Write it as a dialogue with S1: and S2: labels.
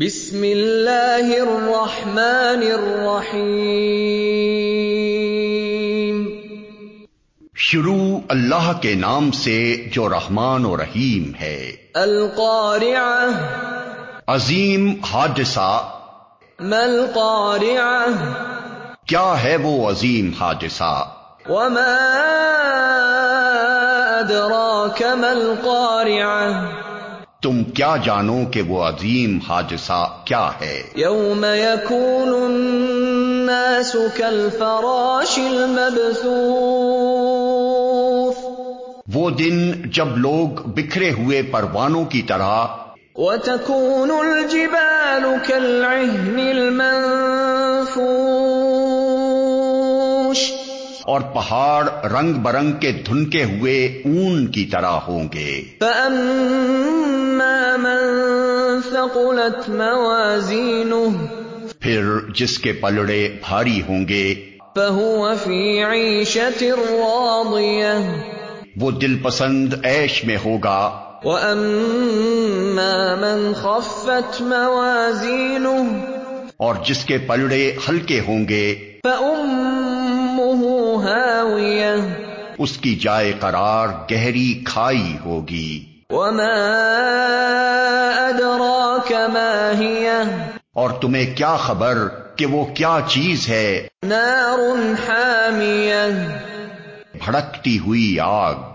S1: بِسْمِ اللَّهِ الرَّحْمَٰنِ الرَّحِيمِ
S2: शुरू अल्लाह के नाम से जो रहमान और रहीम है
S1: الْقَارِعَةُ
S2: अजीम हादसा
S1: مَا الْقَارِعَةُ
S2: क्या है वो अजीम हादसा
S1: وَمَا أَدْرَاكَ مَا الْقَارِعَةُ
S2: तुम क्या जानो कि वो अजीम हादसा क्या है
S1: يَوْمَ يَكُونُ النَّاسُ كَالْفَرَاشِ الْمَبْثُوثِ
S2: वो दिन जब लोग बिखरे हुए परवानों की तरह
S1: وَتَكُونُ الْجِبَالُ كَالْعِهْنِ الْمَنفُوشِ
S2: और पहाड़ रंग बरंग के धुनके हुए ऊन की तरह होंगे
S1: فَأَمَّا مَن ثَقُلَتْ مَوَازِينُهُ
S2: फिर जिसके पलड़े भारी होंगे
S1: فَهُوَ فِي عِيشَةٍ رَّاضِيَةٍ
S2: वो दिल पसंद ऐश में होगा
S1: وَأَمَّا مَنْ خَفَّتْ مَوَازِينُهُ
S2: और जिसके पलड़े हल्के होंगे
S1: فَأُمُّهُ هَاوِيَةٌ
S2: उसकी जाए करार गहरी खाई होगी
S1: وَمَا أَدْرَاكَ مَا هِيَهْ
S2: और तुम्हें क्या खबर कि वो क्या चीज है
S1: نَارٌ حَامِيَةٌ
S2: भड़कती हुई आग